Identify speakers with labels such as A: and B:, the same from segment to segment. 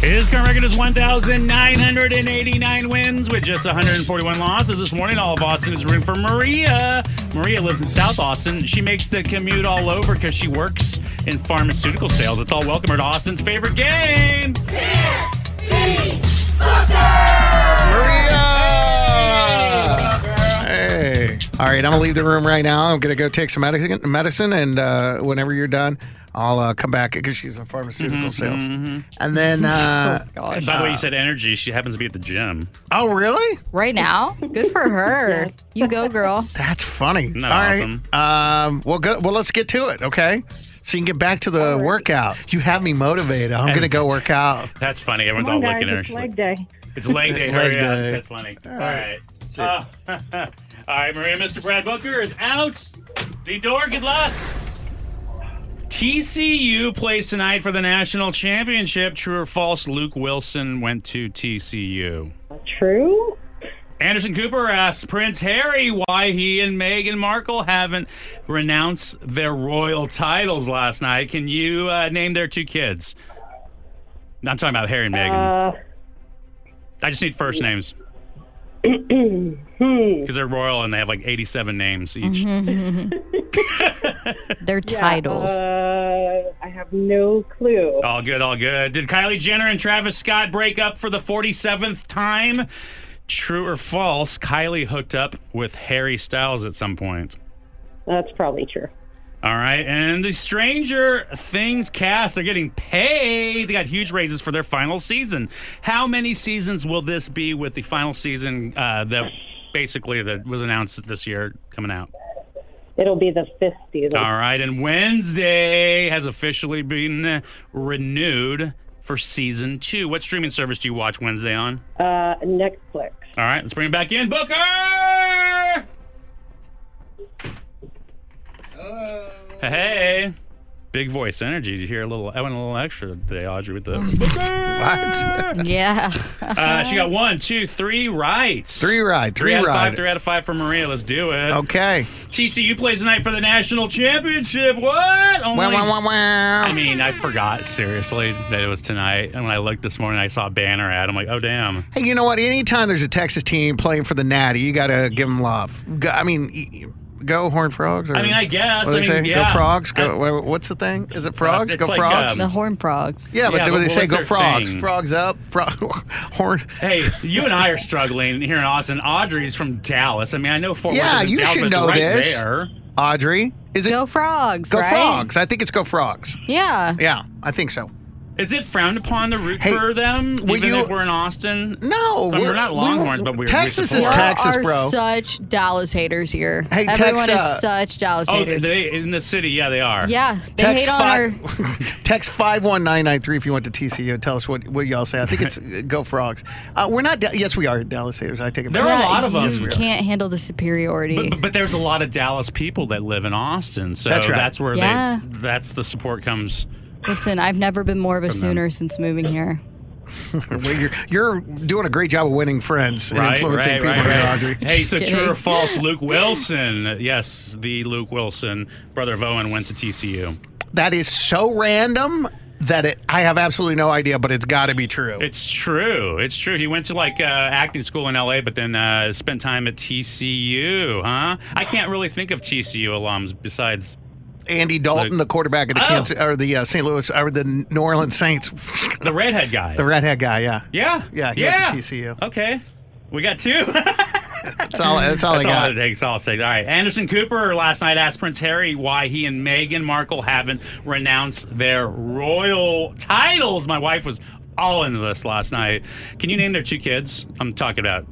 A: His current record is 1,989 wins with just 141 losses. This morning, all of Austin is rooting for Maria. Maria lives in South Austin. She makes the commute all over because she works in pharmaceutical sales. It's all welcome her to Austin's favorite game.
B: Maria! Hey. All right, I'm gonna leave the room right now. I'm gonna go take some medic- medicine, and uh, whenever you're done, I'll uh, come back because she's in pharmaceutical
A: Mm-hmm,
B: sales. And then, uh,
A: By the way, you said energy. She happens to be at the gym.
B: oh really?
C: Right now? Good for her. You go, girl.
B: That's funny.
A: that
B: All right.
A: awesome?
B: Um, well, go, well, let's get to it. Okay. So you can get back to the workout. You have me motivated. I'm gonna go work out.
A: That's funny. Everyone's
D: Come
A: all
D: on,
A: looking at her.
D: guys, it's
A: She's like,
D: leg day.
A: It's leg day.
B: Leg
A: Hurry up.
B: day.
A: That's funny. All right. Uh, all right, Maria. Mr. Brad Booker is out. The door. Good luck. TCU plays tonight for the national championship. True or false? Luke Wilson went to TCU.
D: True.
A: Anderson Cooper asks Prince Harry why he and Meghan Markle haven't renounced their royal titles last night. Can you uh, name their two kids? I'm talking about Harry and Meghan.
D: Uh,
A: I just need first names.
D: hmm.
A: because they're royal and they have like 87 names each.
C: Their titles.
D: Uh, I have no clue.
A: All good, all good. Did Kylie Jenner and Travis Scott break up for the 47th time? True or false? Kylie hooked up with Harry Styles at some point.
D: That's probably true.
A: All right, and the Stranger Things cast are getting paid. They got huge raises for their final season. How many seasons will this be with the final season uh, that basically that was announced this year coming out?
D: It'll be the fifth season.
A: All right, and Wednesday has officially been uh, renewed for season two. What streaming service do you watch Wednesday on?
D: Uh, Netflix.
A: All right, let's bring it back in. Booker! Hey, big voice energy. Did you hear a little? I went a little extra today, Audrey, with the Booker.
C: yeah.
A: Uh, she got one, two, three rights.
B: Three ride. Three,
A: Three out of
B: ride.
A: five. Three out of five for Maria. Let's do it.
B: Okay.
A: TCU plays tonight for the national championship. What? Only
B: Wow, wow, wow, wow.
A: I mean, I forgot seriously that it was tonight. And when I looked this morning, I saw a banner ad. I'm like, oh damn.
B: Hey, you know what? Anytime there's a Texas team playing for the Natty, you got to give them love. Go, I mean, y- y- go Horned Frogs. Or,
A: I mean, I guess.
B: What do
A: I
B: they
A: mean,
B: say?
A: yeah. Uh,
B: Go Frogs.
A: I- Uh,
B: Go. wha- what's the thing? Is it frogs?
A: it's
B: go
A: like,
B: frogs.
A: um,
C: the horn frogs.
B: yeah, but
A: yeah,
B: they, what
A: but
B: they say
A: what's
B: go
A: their
B: frogs.
A: thing?
B: Frogs up. Frog. Horn.
A: hey, you and I are struggling here in Austin. Audrey's from Dallas. I mean, I know Fort
B: Yeah,
A: Worth is
B: you
A: Dallas,
B: should
A: but it's
B: know
A: right
B: this.
A: there.
B: Audrey. Is it
C: Go frogs,
B: Go
C: right?
B: frogs? I think it's go frogs.
C: Yeah.
B: Yeah, I think so.
A: Is it frowned upon to root
B: Hey,
A: for them,
B: will
A: even
B: you-
A: if we're in Austin?
B: No,
A: mean, we're not Longhorns, but we- we
B: Texas is
A: support.
B: Texas,
C: are
B: bro.
C: such Dallas haters here.
B: Hey, text,
C: Everyone
B: uh,
C: is such Dallas
A: Oh,
C: haters.
A: they in the city. Yeah, they are.
C: yeah, they
B: Text
C: hate on our.
B: five, text five one nine nine three if you went to TCU and tell us what, what y'all say. I think it's uh, go frogs. Uh, we're not. Da- yes, we are Dallas haters. I take it.
A: There
B: back.
A: are a lot of us.
C: You can't handle the superiority.
A: But, but, but there's a lot of Dallas people that live in Austin, so
B: That's right.
A: where
C: Yeah.
A: they that's the support comes.
C: Listen, I've never been more of a sooner since moving here.
B: Well, you're, you're doing a great job of winning friends and
A: Right,
B: influencing
A: right,
B: people,
A: right,
B: there,
A: right.
B: Audrey.
A: Hey, so
C: kidding.
A: true or false? Luke Wilson, yes, the Luke Wilson, brother of Owen, went to TCU.
B: That is so random that it, I have absolutely no idea, but it's got to be true.
A: It's true. It's true. He went to like uh, acting school in LA, but then uh, spent time at TCU. Huh? I can't really think of TCU alums besides.
B: Andy Dalton,
A: Luke.
B: the quarterback of the
A: Oh.
B: Kansas or the uh, St. Louis or the New Orleans Saints,
A: The redhead guy.
B: the redhead guy. Yeah,
A: yeah.
B: yeah, he
A: yeah.
B: went to TCU.
A: Okay. We got two.
B: That's all. That's all
A: That's
B: I
A: all
B: got.
A: it takes. All it takes. All right. Anderson Cooper last night asked Prince Harry why he and Meghan Markle haven't renounced their royal titles. My wife was all into this last night. Can you name their two kids? I'm talking about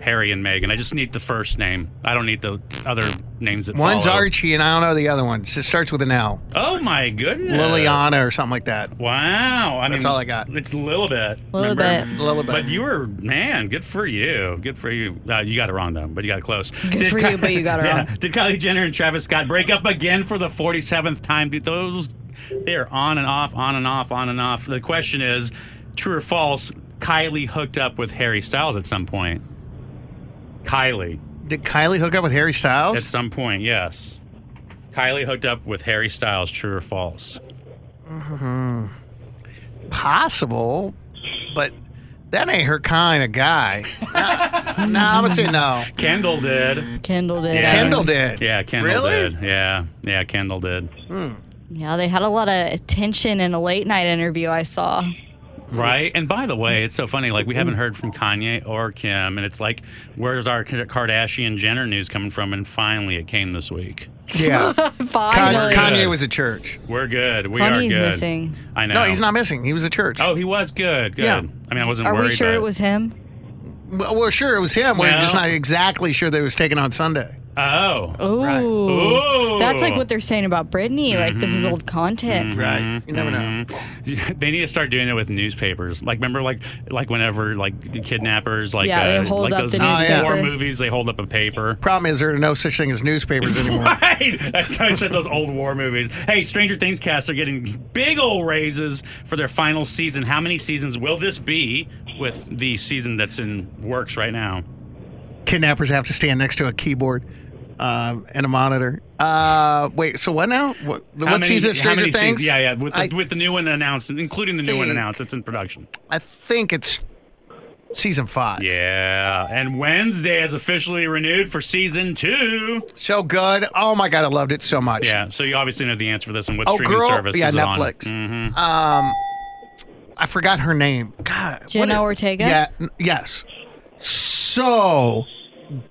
A: Harry and Megan. I just need the first name. I don't need the other names that
B: One's
A: follow.
B: Archie, and I don't know the other one. It just starts with an L.
A: Oh my goodness.
B: Liliana or something like that.
A: Wow. I
B: That's
A: mean,
B: all I got.
A: It's a little bit.
C: A little bit.
B: Lilibet.
A: But you were man. Good for you. Good for you. Uh, you got it wrong though, but you got it close.
C: Good for you, but you got it
A: yeah.
C: wrong.
A: Did Kylie Jenner and Travis Scott break up again for the 47th time? Dude, Those they are on and off, on and off, on and off. The question is, true or false? Kylie hooked up with Harry Styles at some point. Kylie,
B: Did Kylie hook up with Harry Styles?
A: at some point, yes. Kylie hooked up with Harry Styles. True or false?
B: possible, but that ain't her kind of guy. no, no, I'm gonna say no.
A: Kendall did.
C: Kendall did.
A: Yeah.
C: I don't-
B: Kendall did.
A: Yeah, Kendall
B: Really?
A: did. Yeah, yeah, Kendall did.
C: Yeah, they had a lot of tension in a late night interview I saw.
A: Right. And by the way, it's so funny. Like, we haven't heard from Kanye or Kim. And it's like, where's our K- Kardashian Jenner news coming from? And finally, it came this week.
B: Yeah. Con-
C: Finally.
B: Kanye was at church.
A: We're good. We
C: Kanye's
A: are good.
C: missing.
A: I know.
B: No, he's not missing. He was at church.
A: Oh, he was good. Good.
B: Yeah.
A: I mean, I wasn't
C: Are
A: worried.
C: we sure
A: but-
C: it was him?
B: Well, well, sure, it was him. We're
A: Well-
B: just not exactly sure that it was taken on Sunday.
A: Oh.
C: Ooh.
B: Right.
A: Ooh.
C: That's like what they're saying about Britney. Like, this is old content.
B: Right.
A: Mm-hmm.
B: You never know.
A: Mhm. They need to start doing it with newspapers. Like, remember, like, like whenever, like, the kidnappers, like,
C: Yeah, they
A: uh,
C: hold
A: like
C: up
A: those
C: the
B: Oh, yeah.
A: war
C: newspaper.
A: movies, they hold up a paper.
B: Problem is, there are no such thing as newspapers anymore.
A: Right. That's how I said those old war movies. Hey, Stranger Things cast are getting big old raises for their final season. How many seasons will this be with the season that's in works right now?
B: Kidnappers have to stand next to a keyboard um, and a monitor. Uh, wait, so what now? What,
A: How
B: what
A: many-
B: season of
A: how
B: Stranger
A: many
B: Things?
A: seasons- yeah, yeah. With the,
B: I-
A: with the new one announced, including the new one
B: Hey.
A: announced, it's in production.
B: I think it's season five.
A: Yeah. And Wednesday is officially renewed for season two.
B: So good. Oh my god, I loved it so much.
A: Yeah. So you obviously know the answer for this and what
B: Oh,
A: streaming
B: girl.
A: service
B: Yeah,
A: is it on?
B: Netflix.
A: Mhm.
B: Um, I forgot her name. God.
C: Jenna
B: what a-
C: Ortega?
B: Yeah. n- Yes. So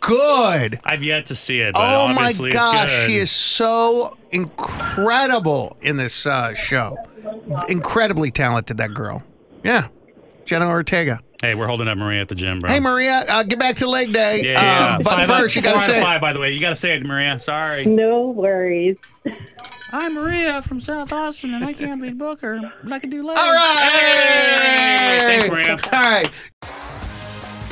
B: good.
A: I've yet to see it. But
B: Oh my
A: obviously it's
B: gosh,
A: good.
B: she is so incredible in this uh, show. Incredibly talented, that girl. Yeah. Jenna Ortega.
A: Hey, we're holding up Maria at the gym, bro.
B: Hey, Maria, uh, get back to leg day.
A: Oh. Yeah, yeah.
B: Um, but
A: Five out-
B: first, you got
A: four
B: to
A: out of
B: say.
A: five. By the way, you gotta say it, Maria. Sorry.
D: No worries.
A: I'm Maria from South Austin, and I can't be Booker, but I can do less.
B: All right.
A: Thanks, Maria.
B: All right.